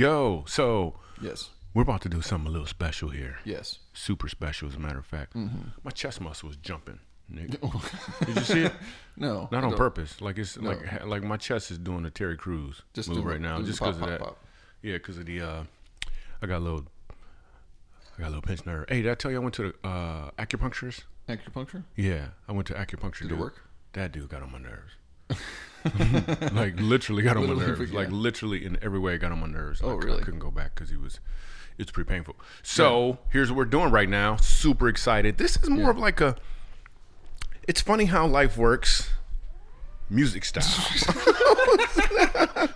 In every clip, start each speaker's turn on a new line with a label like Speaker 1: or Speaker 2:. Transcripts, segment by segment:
Speaker 1: Yo, so
Speaker 2: Yes.
Speaker 1: we're about to do something a little special here.
Speaker 2: Yes.
Speaker 1: Super special, as a matter of fact.
Speaker 2: Mm-hmm.
Speaker 1: My chest muscle is jumping. Nick. Did you see it?
Speaker 2: Oh. No.
Speaker 1: Not on
Speaker 2: don't.
Speaker 1: purpose. Like it's like like my chest is doing a Terry Crews
Speaker 2: Just
Speaker 1: move
Speaker 2: do
Speaker 1: right
Speaker 2: it.
Speaker 1: now,
Speaker 2: Do the
Speaker 1: just
Speaker 2: pop,
Speaker 1: because of
Speaker 2: pop,
Speaker 1: that.
Speaker 2: pop.
Speaker 1: Yeah, because of the uh, I got a little, I got a little pinched nerve. Hey, did I tell you I went to the uh, acupuncturist?
Speaker 2: Acupuncture?
Speaker 1: Yeah, I went to acupuncture.
Speaker 2: it
Speaker 1: dude.
Speaker 2: work?
Speaker 1: That dude got on my nerves. like literally got on my
Speaker 2: Literally,
Speaker 1: nerves.
Speaker 2: yeah.
Speaker 1: Like literally in every way, got on my nerves.
Speaker 2: Oh,
Speaker 1: I, c- I
Speaker 2: really?
Speaker 1: couldn't go back because he was. It's pretty painful. So here's what we're doing right now. Super excited. This is more of like a. It's funny how life works. Music style. okay,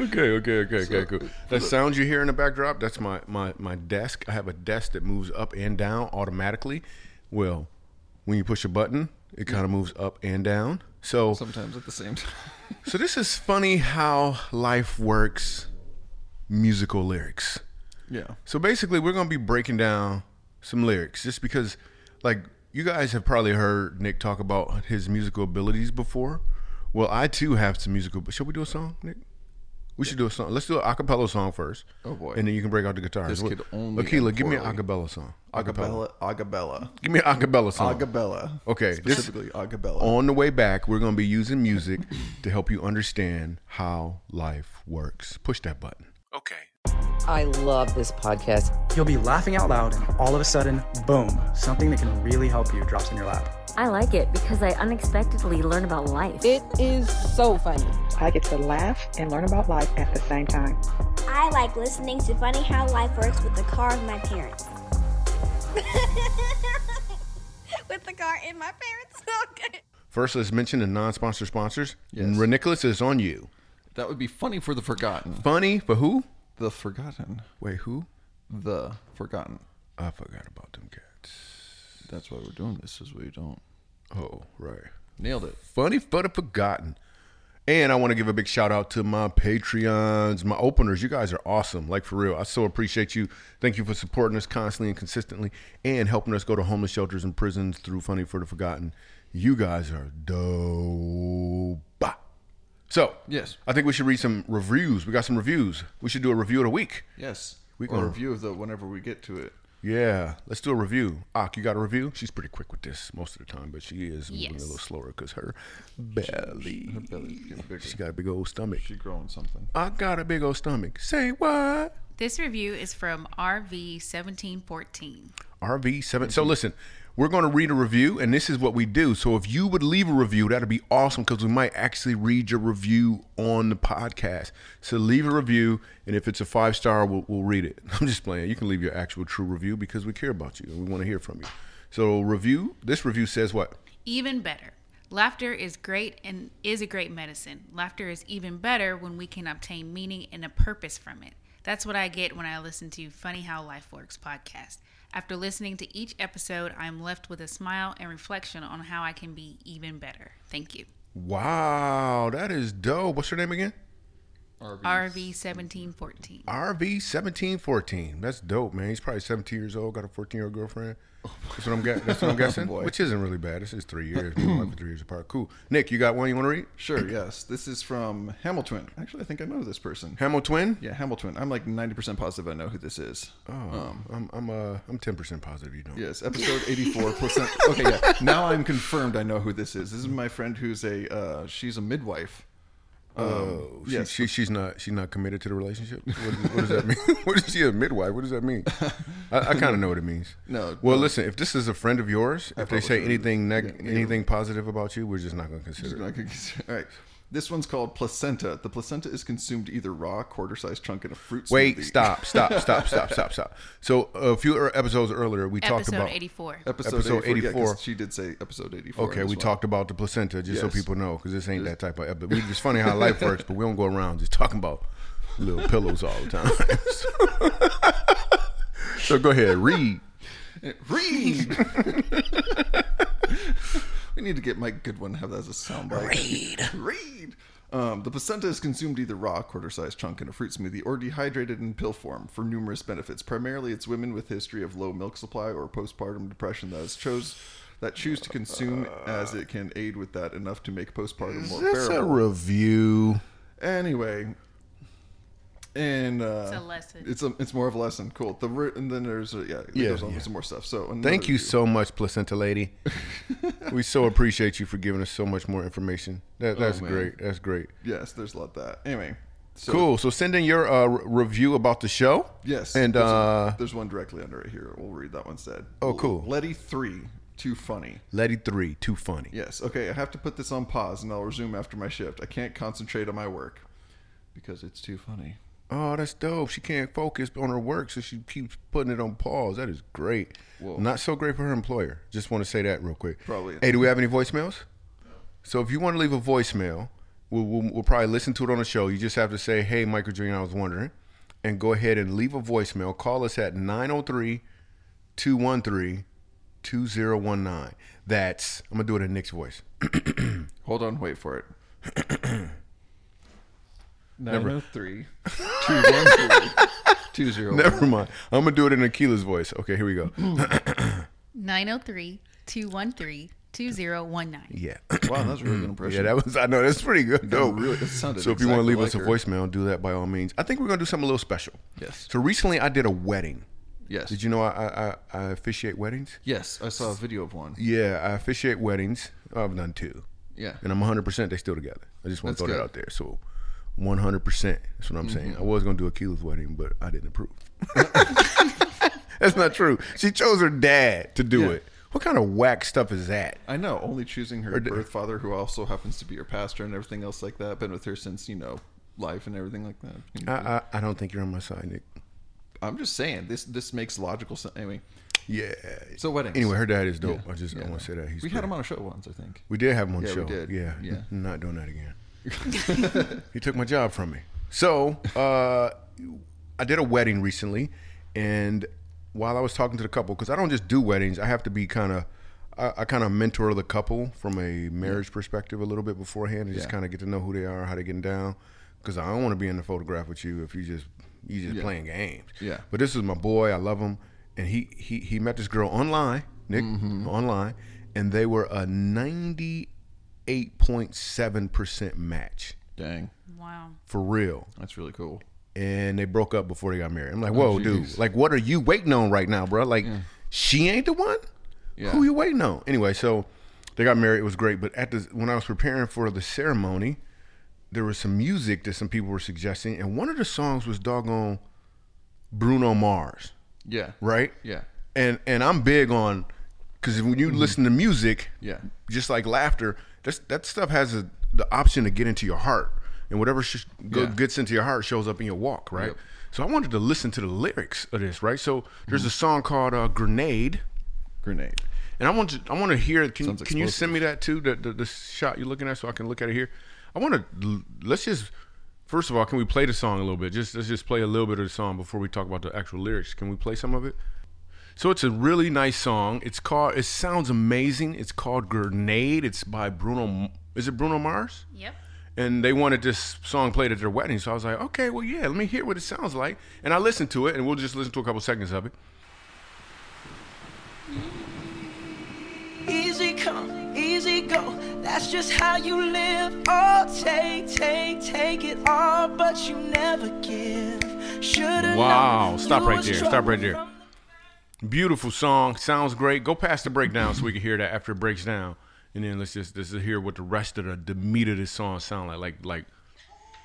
Speaker 1: okay, okay, okay, cool. That sound you hear in the backdrop, that's my, my, my desk. I have a desk that moves up and down automatically. Well, when you push a button, it kind of moves up and down. So,
Speaker 2: Sometimes at the same time.
Speaker 1: so this is funny how life works musical lyrics.
Speaker 2: yeah.
Speaker 1: So basically, we're going to be breaking down some lyrics just because, like, you guys have probably heard Nick talk about his musical abilities before. Well, I too have some musical. But should we do a song, Nick? We should do a song. Let's do an acapella song first.
Speaker 2: Oh, boy.
Speaker 1: And then you can break out the guitars.
Speaker 2: This
Speaker 1: What-
Speaker 2: could only
Speaker 1: Akilah,
Speaker 2: end
Speaker 1: give me an
Speaker 2: poorly.
Speaker 1: acapella song.
Speaker 2: Agabella. Agabella.
Speaker 1: Give me an acapella
Speaker 2: Oh.
Speaker 1: song.
Speaker 2: Agabella.
Speaker 1: Okay, this-
Speaker 2: Specifically Agabella.
Speaker 1: On the way back, we're going to be using music to help you understand how life works. Push that button. Okay.
Speaker 3: I love this podcast.
Speaker 4: You'll be laughing out loud, and all of a sudden, boom, something that can really help you drops in your lap.
Speaker 5: I like it because I unexpectedly learn about life.
Speaker 3: It is so funny.
Speaker 6: I get to laugh and learn about life at the same time.
Speaker 7: I like listening to Funny How Life Works with the car of my parents. with the car in my parents' pocket.
Speaker 1: First, let's mention the non-sponsor sponsors.
Speaker 2: Yes.
Speaker 1: Renicholas is on you.
Speaker 2: that would be funny for the forgotten.
Speaker 1: Funny for who?
Speaker 2: The forgotten.
Speaker 1: Wait, who?
Speaker 2: The forgotten.
Speaker 1: I forgot about them cats.
Speaker 2: That's why we're doing this, is we don't.
Speaker 1: Oh, right.
Speaker 2: Nailed it.
Speaker 1: Funny for the forgotten. And I want to give a big shout out to my Patreons, my openers. You guys are awesome. Like for real. I so appreciate you. Thank you for supporting us constantly and consistently and helping us go to homeless shelters and prisons through Funny for the Forgotten. You guys are dope. So,
Speaker 2: Yes.
Speaker 1: I think we should read some reviews. We got some reviews. We should do a review of the week.
Speaker 2: Yes.
Speaker 1: We
Speaker 2: We
Speaker 1: gonna-
Speaker 2: can review of the whenever we get to it.
Speaker 1: Yeah, let's do a review. Ak, you got a review? She's pretty quick with this most of the time, but she is moving a little slower because her belly.
Speaker 2: Her belly's getting bigger.
Speaker 1: She got a big old stomach.
Speaker 2: She's growing something.
Speaker 1: I got a big old stomach. Say what?
Speaker 8: This review is from RV1714.
Speaker 1: RV7.
Speaker 2: Mm-hmm.
Speaker 1: So listen, we're going to read a review, and this is what we do. So if you would leave a review, that'd be awesome because we might actually read your review on the podcast. So leave a review, and if it's a five star, we'll, we'll read it. I'm just playing. You can leave your actual true review because we care about you and we want to hear from you. So review. This review says what?
Speaker 8: Even better. Laughter is great and is a great medicine. Laughter is even better when we can obtain meaning and a purpose from it. That's what I get when I listen to Funny How Life Works podcast. After listening to each episode, I'm left with a smile and reflection on how I can be even better. Thank you.
Speaker 1: Wow, that is dope. What's her name again?
Speaker 8: RV1714.
Speaker 1: RV1714. That's dope, man. He's probably 17 years old, got a 14 year old girlfriend. That's what I'm, gu- that's what I'm guessing,
Speaker 2: boy.
Speaker 1: which isn't really bad. This is three years. Me and my wife are three years apart. Cool. Nick, you got one you want to read?
Speaker 2: Sure, yes. This is from Hamilton. Actually, I think I know this person.
Speaker 1: Hamo Twin?
Speaker 2: Yeah, Hamilton. I'm like 90% positive I know who this is.
Speaker 1: Oh,
Speaker 2: Um,
Speaker 1: I'm, I'm, uh, I'm 10% positive you don't.
Speaker 2: Yes, episode 84. Placenta. Okay, yeah. Now I'm confirmed I know who this is. This is my friend who's a, uh, she's a midwife.
Speaker 1: Oh, she,
Speaker 2: Um, yes.
Speaker 1: she, she's not she's not committed to the relationship. What, what does that mean? what is she a midwife? What does that mean? I, I kind of know what it means.
Speaker 2: No,
Speaker 1: Well,
Speaker 2: no.
Speaker 1: listen. If this is a friend of yours, if they
Speaker 2: probably
Speaker 1: say
Speaker 2: shouldn't.
Speaker 1: anything
Speaker 2: Yeah,
Speaker 1: neg-
Speaker 2: neither.
Speaker 1: anything positive about you, we're just not going to consider. it.
Speaker 2: All right. This one's called placenta. The placenta is consumed either raw, quarter-sized chunk in a fruit
Speaker 1: Wait,
Speaker 2: smoothie.
Speaker 1: stop, stop, stop, stop, stop, stop. So a few er- episodes earlier, we talked
Speaker 8: Episode
Speaker 1: about
Speaker 8: 84.
Speaker 2: Episode,
Speaker 1: Episode
Speaker 2: 84. yeah, 'cause
Speaker 1: 84.
Speaker 2: she did say episode 84.
Speaker 1: Okay,
Speaker 2: in
Speaker 1: we
Speaker 2: this one.
Speaker 1: talked about the placenta, just so
Speaker 2: Yes.
Speaker 1: people know, because this ain't that type of episode. We- It's funny how life works, but we don't go around just talking about little pillows all the time. so go ahead, read.
Speaker 2: Read! we need to get Mike Goodwin to have that as a soundbite. Read! Read! Um, the placenta is consumed either raw, quarter sized chunk in a fruit smoothie or dehydrated in pill form for numerous benefits. Primarily, it's women with history of low milk supply or postpartum depression that has chose. That choose to consume as it can aid with that enough to make postpartum more
Speaker 1: That's a
Speaker 2: bearable.
Speaker 1: review.
Speaker 2: Anyway, and uh, it's
Speaker 8: a lesson.
Speaker 2: It's a, it's more of a lesson. Cool. The re- and then there's a, yeah, it
Speaker 1: Yeah,
Speaker 2: goes on
Speaker 1: yeah.
Speaker 2: with some more stuff. So another
Speaker 1: Thank you
Speaker 2: review.
Speaker 1: so much, Placenta Lady. we so appreciate you for giving us so much more information. That, that's
Speaker 2: Oh, man.
Speaker 1: great. That's great.
Speaker 2: Yes, there's a lot of that. Anyway, so
Speaker 1: Cool. So send in your uh, re- review about the show.
Speaker 2: Yes,
Speaker 1: And
Speaker 2: there's, a-
Speaker 1: uh,
Speaker 2: there's one directly under it here. We'll read that one instead.
Speaker 1: Oh, cool.
Speaker 2: Letty three, too funny.
Speaker 1: Letty three, too funny.
Speaker 2: Yes. Okay, I have to put this on pause and I'll resume after my shift. I can't concentrate on my work because it's too funny.
Speaker 1: Oh, that's dope. She can't focus on her work, so she keeps putting it on pause. That is great. Not so great for her employer. Just want to say that real quick.
Speaker 2: Probably.
Speaker 1: Hey, do we have any voicemails? So if you want to leave a voicemail, we'll, we'll, we'll probably listen to it on the show. You just have to say, hey, Michael Jr., I was wondering. And go ahead and leave a voicemail. Call us at 903 213 2019. That's, I'm going to do it in Nick's voice.
Speaker 2: Hold on, wait for it. 903 213 201.
Speaker 1: Never mind. I'm going to do it in Akila's voice. Okay, here we go.
Speaker 8: 903 213 2019.
Speaker 1: yeah.
Speaker 2: Wow, that's a really good
Speaker 1: Mm, Yeah,
Speaker 2: impression.
Speaker 1: that was. I know that's pretty good. though.
Speaker 2: really- it sounded
Speaker 1: so if you want to
Speaker 2: exactly
Speaker 1: leave us a
Speaker 2: like her.
Speaker 1: voicemail, do that by all means. I think we're gonna do something a little special.
Speaker 2: Yes.
Speaker 1: So recently, I did a wedding.
Speaker 2: Yes.
Speaker 1: Did you know I I, I, I officiate weddings?
Speaker 2: Yes, I saw a video of one.
Speaker 1: Yeah, I officiate weddings. Oh, I've done two,
Speaker 2: Yeah.
Speaker 1: and I'm 100. percent They still together. I just want
Speaker 2: That's
Speaker 1: to throw
Speaker 2: good. Mm-hmm.
Speaker 1: that out there. So. 100%. That's what I'm saying. I was going to do Akila's wedding, but I didn't approve. that's not true. She chose her dad to do
Speaker 2: Yeah.
Speaker 1: it. What kind of whack stuff is that?
Speaker 2: I know, only choosing her
Speaker 1: d-
Speaker 2: birth father, who also happens to be her pastor and everything else like that. Been with her since, you know, life and everything like that.
Speaker 1: I, I, I don't think you're on my side, Nick.
Speaker 2: I'm just saying, this this makes logical sense. Anyway,
Speaker 1: Yeah.
Speaker 2: so weddings.
Speaker 1: Anyway, her dad is dope. I just
Speaker 2: Yeah,
Speaker 1: I want
Speaker 2: no.
Speaker 1: to say that he's.
Speaker 2: we had
Speaker 1: great.
Speaker 2: him on a show once, I think.
Speaker 1: We did have him on the
Speaker 2: Yeah,
Speaker 1: show.
Speaker 2: we did.
Speaker 1: Yeah,
Speaker 2: Yeah.
Speaker 1: n- Not doing that again. he took my job from me. So uh, I did a wedding recently, and while I was talking to the couple, because I don't just do weddings, I have to be kind of. I, I kind of mentor the couple from a marriage perspective a little bit beforehand, and just
Speaker 2: Yeah.
Speaker 1: kind of get to know who they are, how they're getting down. Because I don't want to be in the photograph with you if you just you just playing games.
Speaker 2: Yeah.
Speaker 1: But this is my boy. I love him, and he he he met this girl online, Nick,
Speaker 2: Mm-hmm.
Speaker 1: online, and they were a ninety eight point seven percent match
Speaker 2: Dang,
Speaker 8: Wow.
Speaker 1: for real.
Speaker 2: that's really cool.
Speaker 1: And they broke up before they got married. I'm like, whoa, dude, like, what are you waiting on right now, bro? Like, she ain't the one.
Speaker 2: Yeah.
Speaker 1: Who you waiting on? Anyway, so they got married. It was great, but at the when I was preparing for the ceremony, there was some music that some people were suggesting, and one of the songs was doggone Bruno Mars,
Speaker 2: Yeah.
Speaker 1: right?
Speaker 2: Yeah.
Speaker 1: and and I'm big on because when you listen to music,
Speaker 2: Mm-hmm. Yeah.
Speaker 1: just like laughter, that's, that stuff has a, the option to get into your heart, and whatever sh- go,
Speaker 2: Yeah.
Speaker 1: gets into your heart shows up in your walk, right?
Speaker 2: Yep.
Speaker 1: So I wanted to listen to the lyrics of this, right? So there's
Speaker 2: Mm-hmm.
Speaker 1: a song called uh, "Grenade,"
Speaker 2: Grenade.
Speaker 1: and I want to I want to hear. Can
Speaker 2: Sounds
Speaker 1: can you
Speaker 2: explosive.
Speaker 1: send me that too? The, the the shot you're looking at, so I can look at it here. I want to let's just. First of all, can we play the song a little bit? Just let's just play a little bit of the song before we talk about the actual lyrics. Can we play some of it? So it's a really nice song. It's called. It sounds amazing. It's called "Grenade." It's by Bruno. M- Is it Bruno Mars?
Speaker 8: Yep.
Speaker 1: and they wanted this song played at their wedding. So I was like, okay, well, yeah, let me hear what it sounds like. And I listened to it, and we'll just listen to a couple seconds of it.
Speaker 9: Easy come, easy go. That's just how you live. Oh, take, take, take it all, but you never give. Should've
Speaker 1: Wow,
Speaker 9: known
Speaker 1: stop
Speaker 9: you
Speaker 1: right
Speaker 9: was
Speaker 1: there. Stop
Speaker 9: trouble
Speaker 1: right there.
Speaker 9: from
Speaker 1: Beautiful song, sounds great. Go past the breakdown so we can hear that after it breaks down, and then let's just let's just hear what the rest of the, the meat of this song sound like. Like like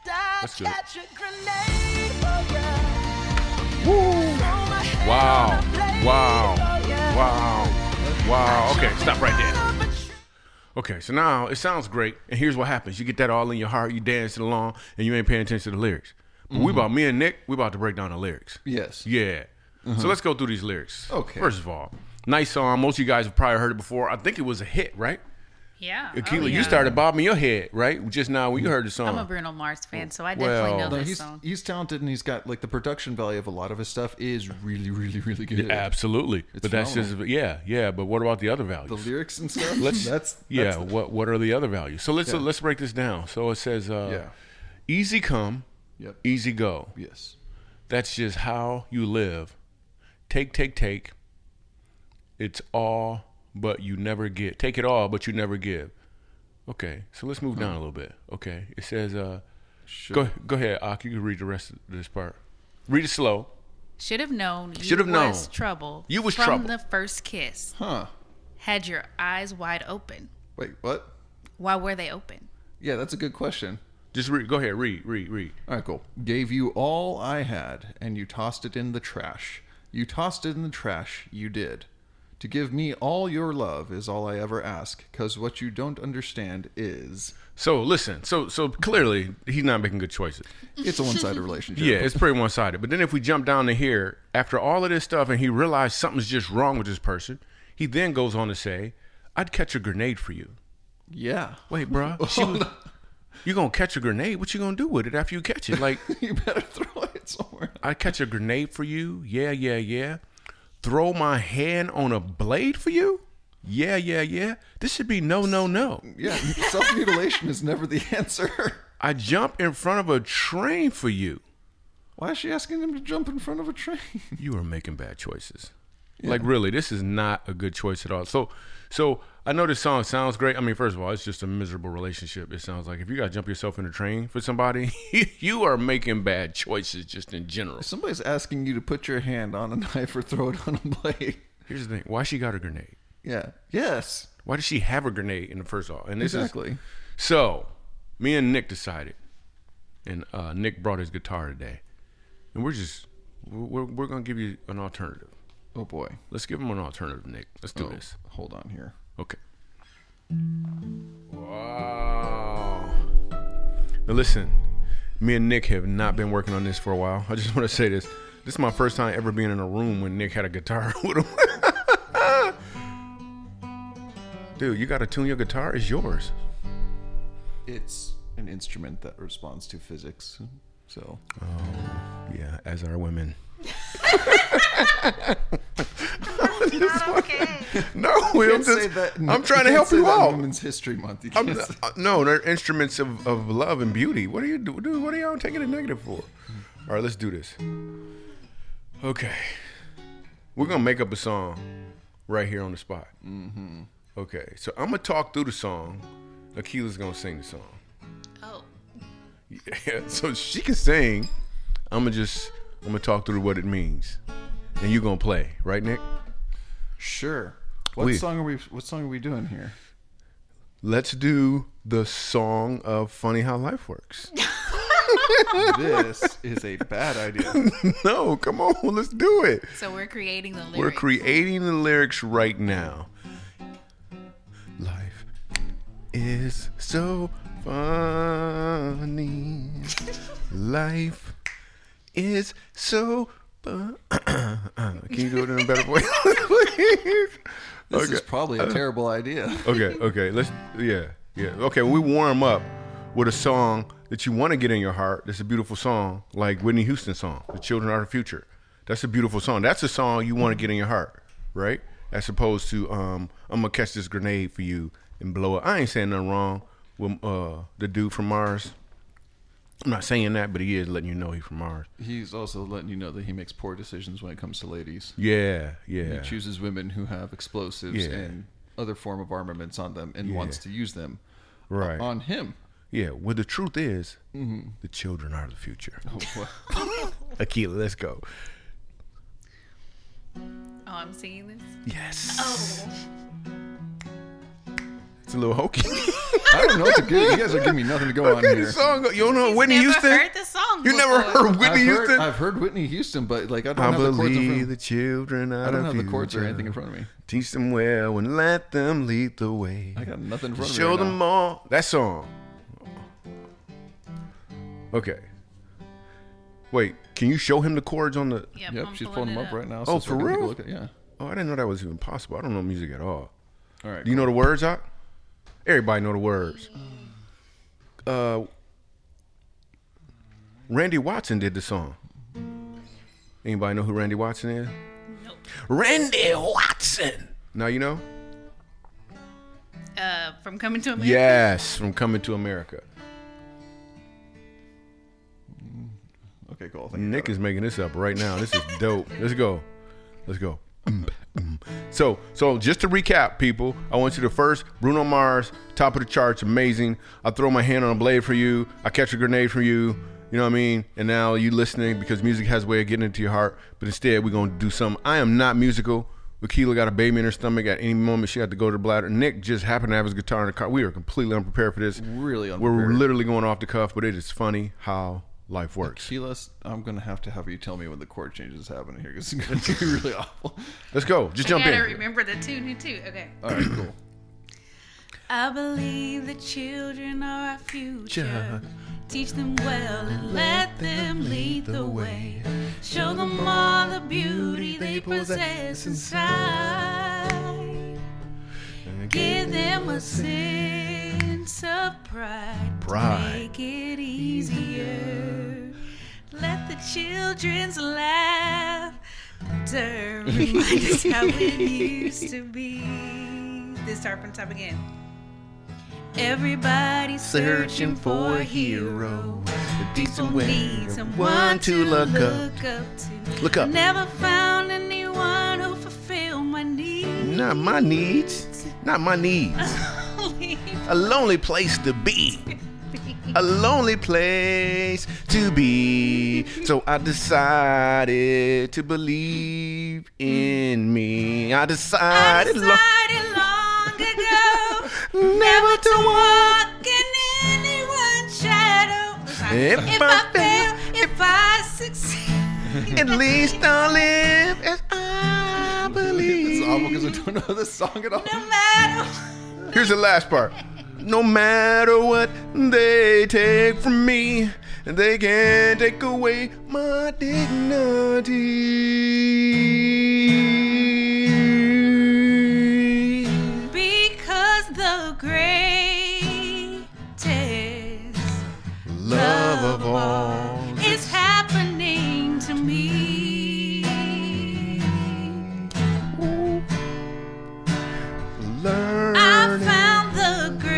Speaker 9: the
Speaker 1: Let's
Speaker 9: Dad
Speaker 1: do
Speaker 9: catch
Speaker 1: it.
Speaker 9: a grenade for ya. Throw my head
Speaker 1: wow,
Speaker 9: on a blade Oh,
Speaker 1: wow,
Speaker 9: for ya.
Speaker 1: wow, wow. Okay, stop right there.
Speaker 9: But you
Speaker 1: Okay, so now it sounds great, and here's what happens: you get that all in your heart, you dancing along, and you ain't paying attention to the lyrics. But we about me and Nick, we about to break down the lyrics.
Speaker 2: Mm-hmm. Yes. Mm-hmm.
Speaker 1: Yeah. So let's go through these lyrics.
Speaker 2: Okay.
Speaker 1: First of all, nice song. Most of you guys have probably heard it before. I think it was a hit, right?
Speaker 8: Yeah. Oh,
Speaker 1: Akila,
Speaker 8: yeah. Mm.
Speaker 1: you started bobbing your head, right? Just now when you heard the song.
Speaker 8: I'm a Bruno Mars fan, so I definitely
Speaker 1: Oh, Well-
Speaker 8: know
Speaker 2: No,
Speaker 8: this
Speaker 2: he's
Speaker 8: song.
Speaker 2: he's talented and he's got like the production value of a lot of his stuff is really really really good.
Speaker 1: Absolutely. but that's just yeah, yeah. But what about the other values?
Speaker 2: The lyrics and stuff.
Speaker 1: Let's
Speaker 2: that's
Speaker 1: yeah.
Speaker 2: that's-
Speaker 1: what what are the other values? So let's
Speaker 2: Yeah.
Speaker 1: let's break this down. So it says uh,
Speaker 2: Yeah.
Speaker 1: easy come,
Speaker 2: Yep.
Speaker 1: easy go.
Speaker 2: Yes.
Speaker 1: That's just how you live. Take, take, take. It's all, but you never give. Take
Speaker 2: Hmm.
Speaker 1: it all, but you never give. Okay, so let's move down a little bit. Okay, it says, uh, Go go ahead, Ak. You can read the rest of this part. Read it slow.
Speaker 8: Should have known. You
Speaker 1: Should have known.
Speaker 8: was trouble.
Speaker 1: You was
Speaker 8: from
Speaker 1: trouble.
Speaker 8: the first kiss.
Speaker 2: Huh.
Speaker 8: Had your eyes wide open.
Speaker 2: Wait, what?
Speaker 8: Why were they open?
Speaker 2: Yeah, that's a good question.
Speaker 1: Just read. Go ahead. Read. Read. Read.
Speaker 2: All right, cool. Gave you all I had, and you tossed it in the trash. You tossed it in the trash, you did. To give me all your love is all I ever ask, 'cause what you don't understand is
Speaker 1: So listen. So so clearly he's not making good choices.
Speaker 2: it's a one sided relationship.
Speaker 1: Yeah, it's pretty one sided. But then if we jump down to here, after all of this stuff, and he realized something's just wrong with this person, he then goes on to say, "I'd catch a grenade for you."
Speaker 2: Yeah. Oh,
Speaker 1: Wait, bruh. she was- you gonna catch a grenade? What you gonna do with it after you catch it? Like,
Speaker 2: you better throw it somewhere.
Speaker 1: I catch a grenade for you? Yeah, yeah, yeah. Throw my hand on a blade for you? Yeah, yeah, yeah. This should be no, no, no.
Speaker 2: Yeah, self mutilation is never the answer.
Speaker 1: I jump in front of a train for you.
Speaker 2: Why is she asking him to jump in front of a train?
Speaker 1: you are making bad choices. Like really, this is not a good choice at all. So, so I know this song sounds great. I mean, first of all, it's just a miserable relationship. It sounds like if you gotta jump yourself in a train for somebody, you are making bad choices just in general.
Speaker 2: Somebody's asking you to put your hand on a knife or throw it on a blade.
Speaker 1: Here's the thing: why she got a grenade?
Speaker 2: Yeah. Yes.
Speaker 1: Why does she have a grenade in the first all? And this
Speaker 2: Exactly.
Speaker 1: is so. Me and Nick decided, and uh, Nick brought his guitar today, and we're just we're, we're gonna give you an alternative.
Speaker 2: Oh boy.
Speaker 1: Let's give him an alternative, Nick. Let's do
Speaker 2: Oh,
Speaker 1: this.
Speaker 2: hold on here.
Speaker 1: Okay. Wow. Now listen, me and Nick have not been working on this for a while. I just want to say this. This is my first time ever being in a room when Nick had a guitar with him. Dude, you gotta tune your guitar. It's yours.
Speaker 2: It's an instrument that responds to physics. So
Speaker 1: Yeah, as are women.
Speaker 8: Okay.
Speaker 1: No, I'm
Speaker 2: Can't say
Speaker 1: just.
Speaker 2: that in-
Speaker 1: I'm trying to
Speaker 2: can't
Speaker 1: help
Speaker 2: say
Speaker 1: you
Speaker 2: that in
Speaker 1: out.
Speaker 2: Women's History Month. You
Speaker 1: I'm,
Speaker 2: can't say-
Speaker 1: uh, no, they're instruments of, of love and beauty. What are you do, dude? What are y'all taking a negative for? All right, let's do this. Okay, we're gonna make up a song right here on the spot. Mm-hmm. Okay, so I'm gonna talk through the song. Akila's gonna sing the song.
Speaker 8: Oh,
Speaker 1: Yeah, so she can sing. I'm gonna just I'm gonna talk through what it means, and you're gonna play, right, Nick?
Speaker 2: sure. What
Speaker 1: We-
Speaker 2: song are we? What song are we doing here?
Speaker 1: Let's do the song of Funny How Life Works.
Speaker 2: this is a bad idea.
Speaker 1: no, come on, let's do it.
Speaker 8: so we're creating the lyrics.
Speaker 1: We're creating the lyrics right now. Life is so funny. Life is so fun. Can you do it in a better voice, please?
Speaker 2: This is
Speaker 1: Okay.
Speaker 2: probably a terrible idea.
Speaker 1: Okay, okay, let's yeah, yeah. Okay, we warm up with a song that you want to get in your heart. That's a beautiful song, like Whitney Houston's song, "The Children Are the Future." That's a beautiful song. That's a song you want to get in your heart, right? As opposed to um, "I'm gonna catch this grenade for you and blow it." I ain't saying nothing wrong with uh, the dude from Mars. I'm not saying that, but he is letting you know he's from Mars.
Speaker 2: He's also letting you know that he makes poor decisions when it comes to ladies.
Speaker 1: Yeah,
Speaker 2: He
Speaker 1: yeah.
Speaker 2: chooses women who have explosives
Speaker 1: Yeah.
Speaker 2: and other form of armaments on them and wants to use them
Speaker 1: Right.
Speaker 2: on him.
Speaker 1: Yeah, well, the truth is, the children are the future. Akila, let's go.
Speaker 8: Oh, I'm seeing this.
Speaker 1: Yes. Oh. It's a little hokey.
Speaker 2: I don't know what to do. You guys are giving me nothing to go on
Speaker 1: Okay,
Speaker 2: here.
Speaker 1: this song. You don't know Whitney
Speaker 8: never
Speaker 1: Houston?
Speaker 8: heard this song
Speaker 1: You never
Speaker 8: before.
Speaker 1: heard Whitney
Speaker 2: I've heard,
Speaker 1: Houston?
Speaker 2: I've heard Whitney Houston, but like I don't
Speaker 1: I
Speaker 2: have the chords in front
Speaker 1: believe the children are
Speaker 2: I don't
Speaker 1: the
Speaker 2: have the chords or
Speaker 1: future.
Speaker 2: anything in front of me.
Speaker 1: Teach them well and let them lead the way.
Speaker 2: I got nothing in front of me.
Speaker 1: Show
Speaker 2: right
Speaker 1: them
Speaker 2: now.
Speaker 1: all. That song. Okay. Wait, can you show him the chords on the?
Speaker 8: Yep,
Speaker 2: Yep,
Speaker 8: I'm
Speaker 2: she's pulling
Speaker 8: pulling
Speaker 2: them
Speaker 8: it
Speaker 2: up right now.
Speaker 1: Oh,
Speaker 2: it's
Speaker 1: for
Speaker 2: ready to
Speaker 1: real?
Speaker 2: Look at, yeah.
Speaker 1: Oh, I didn't know that was even possible. I don't know music at all.
Speaker 2: All right.
Speaker 1: Do you know the words, Doc? Everybody know the words. Uh, Randy Watson did the song. Anybody know who Randy Watson is? Randy Watson. Now you know.
Speaker 8: Uh, from coming to America.
Speaker 1: Yes, from Coming to America.
Speaker 2: cool. Okay, cool. Thank you.
Speaker 1: Nick is making this up right now. This is dope. Let's go. Let's go. Mm, So, so just to recap, people, I want you to first Bruno Mars, top of the charts, amazing. I throw my hand on a blade for you. I catch a grenade for you. You know what I mean? And now you listening because music has a way of getting into your heart. But instead, we're gonna do something. I am not musical. Akila got a baby in her stomach at any moment. She had to go to the bladder. Nick just happened to have his guitar in the car. We are completely unprepared for this.
Speaker 2: Really
Speaker 1: We're
Speaker 2: unprepared.
Speaker 1: literally going off the cuff, but it is funny how life works.
Speaker 2: Sheila, I'm gonna have to have you tell me when the chord changes happen here because it's gonna be really awful.
Speaker 1: Let's go. Just
Speaker 8: I
Speaker 1: jump
Speaker 8: gotta
Speaker 1: in.
Speaker 8: remember the tune too. Okay.
Speaker 2: All right, cool.
Speaker 8: I believe the children are our future. Teach them well and let them lead the way. Show them all the beauty they possess inside. Give them a sense of pride. to
Speaker 1: Pride.
Speaker 8: Make it easier. Let the children's laugh Sir, remind us how it used to be. This harp on top again. Everybody's searching for a hero. People need someone to look up to.
Speaker 1: Look up.
Speaker 8: Never found anyone who fulfilled my need.
Speaker 1: Not my needs. Not my needs. A lonely place to be. A lonely place to be. So I decided to believe in me. I
Speaker 8: I
Speaker 1: decided. lo-
Speaker 8: decided long ago
Speaker 1: Never
Speaker 8: to walk in anyone's shadow.
Speaker 1: If
Speaker 8: if
Speaker 1: I
Speaker 8: I fail, if I succeed.
Speaker 1: At least I'll live as I
Speaker 2: It's awful
Speaker 1: believe.
Speaker 2: because I don't know this song at all.
Speaker 8: No matter
Speaker 1: Here's the last part. No matter what they take from me, they can't take away my dignity.
Speaker 8: because the greatest
Speaker 1: Love of all.
Speaker 8: is happening to me. I
Speaker 1: Learning
Speaker 8: found the greatest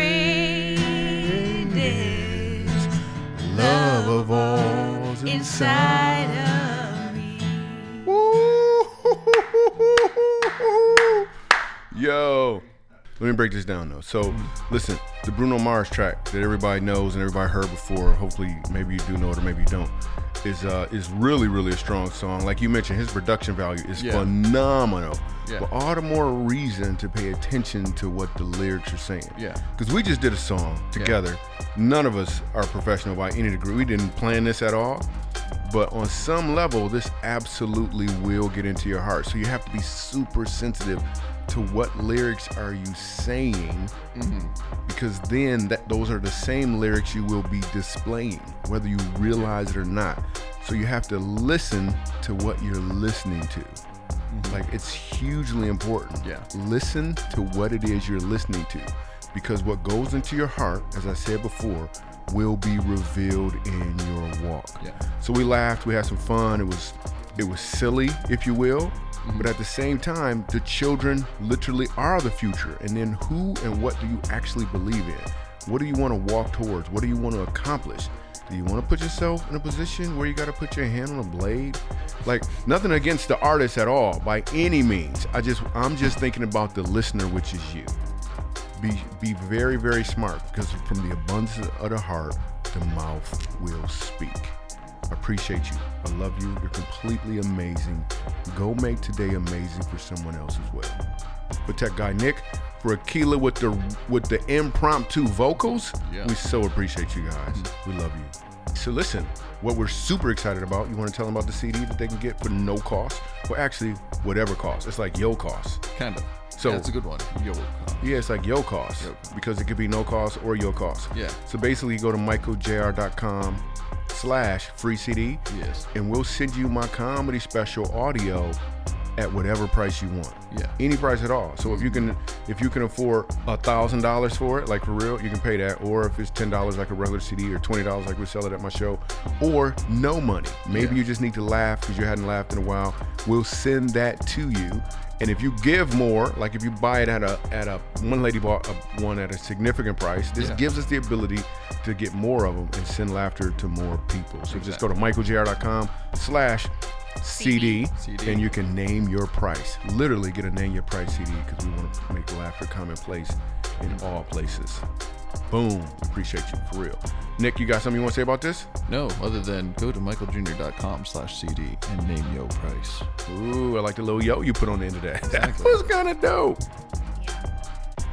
Speaker 1: love of all
Speaker 8: inside of me.
Speaker 1: Yo. Let me break this down though. So, listen, the Bruno Mars track that everybody knows and everybody heard before, hopefully maybe you do know it or maybe you don't, is uh is really really a strong song. Like you mentioned, his production value is
Speaker 2: Yeah.
Speaker 1: phenomenal.
Speaker 2: Yeah.
Speaker 1: But all the more reason to pay attention to what the lyrics are saying.
Speaker 2: Yeah.
Speaker 1: Because we just did a song together. None of us are professional by any degree. We didn't plan this at all. But on some level, this absolutely will get into your heart. So you have to be super sensitive to what lyrics are you saying because then that those are the same lyrics you will be displaying whether you realize it or not. So you have to listen to what you're listening to. Like it's hugely important.
Speaker 2: Yeah.
Speaker 1: Listen to what it is you're listening to because what goes into your heart, as I said before, will be revealed in your walk.
Speaker 2: Yeah.
Speaker 1: So we laughed, we had some fun. It was it was silly, if you will. But at the same time, the children literally are the future. And then who and what do you actually believe in? What do you want to walk towards? What do you want to accomplish? Do you want to put yourself in a position where you got to put your hand on a blade? Like nothing against the artist at all by any means. I just I'm just thinking about the listener which is you. Be be very very smart because from the abundance of the heart the mouth will speak. I appreciate you. I love you. You're completely amazing. Go make today amazing for someone else as well. For tech guy Nick, for Akila with the with the impromptu vocals,
Speaker 2: Yeah.
Speaker 1: we so appreciate you guys. We love you. So listen, what we're super excited about, you want to tell them about the CD that they can get for no cost, or actually whatever cost. It's like yo cost.
Speaker 2: Kind of.
Speaker 1: So-
Speaker 2: that's a good one. Yo.
Speaker 1: Yeah, it's like yo cost because it could be no cost or yo cost.
Speaker 2: Yeah.
Speaker 1: So basically, go to michaeljr.com slash free CD.
Speaker 2: Yes.
Speaker 1: And we'll send you my comedy special audio at whatever price you want.
Speaker 2: Yeah.
Speaker 1: Any price at all. So if you can if you can afford a thousand dollars for it, like for real, you can pay that. Or if it's ten dollars like a regular CD or twenty dollars like we sell it at my show. Or no money. Maybe
Speaker 2: Yeah.
Speaker 1: you just need to laugh because you hadn't laughed in a while. We'll send that to you. And if you give more, like if you buy it at a at a one lady bought a, one at a significant price, this
Speaker 2: Yeah.
Speaker 1: gives us the ability to get more of them and send laughter to more people. So just go to michaeljr.com slash CD,
Speaker 2: CD.
Speaker 1: and you can name your price. Literally, get a name your price CD because we want to make laughter commonplace in all places. Boom. Appreciate you for real. Nick, you got something you want to say about this?
Speaker 2: No, other than go to michaeljr.com slash CD and name yo price.
Speaker 1: Ooh, I like the little yo you put on the end of that. That was kind of dope.
Speaker 8: Yeah.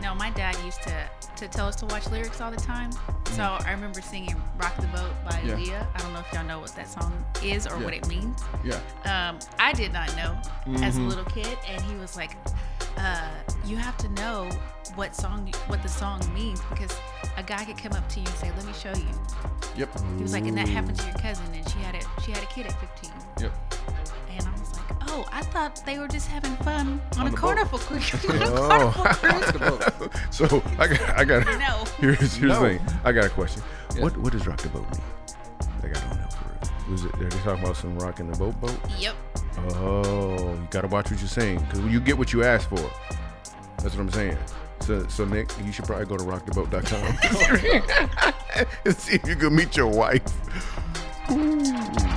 Speaker 8: No, my dad used to to tell us to watch lyrics all the time. So I remember singing "Rock the Boat" by
Speaker 2: Yeah.
Speaker 8: Leah. I don't know if y'all know what that song is or what
Speaker 2: Yeah.
Speaker 8: it means.
Speaker 2: Yeah.
Speaker 8: Um, I did not know as
Speaker 2: Mm-hmm.
Speaker 8: a little kid, and he was like, uh, "You have to know what song what the song means because a guy could come up to you and say, "Let me show you."
Speaker 2: Yep.
Speaker 8: He was like, "And that happened to your cousin, and she had it. She had a kid at 15."
Speaker 2: Yep.
Speaker 8: And I was like, "Oh, I thought they were just having fun on,
Speaker 2: the
Speaker 8: a
Speaker 2: boat.
Speaker 8: carnival cruise." on a
Speaker 1: Oh.
Speaker 8: carnival cruise.
Speaker 1: So I got, I got
Speaker 8: No.
Speaker 1: Here's, here's
Speaker 2: No.
Speaker 1: the thing. I got a question.
Speaker 2: Yeah.
Speaker 1: What what does rock the boat mean? Like I don't know for real. Was it are they talking about some rock in the boat boat?
Speaker 8: Yep.
Speaker 1: Oh, you gotta watch what you're saying because you get what you ask for. That's what I'm saying. So, so Nick, you should probably go to rocktheboat.com and see if you can meet your wife. Ooh.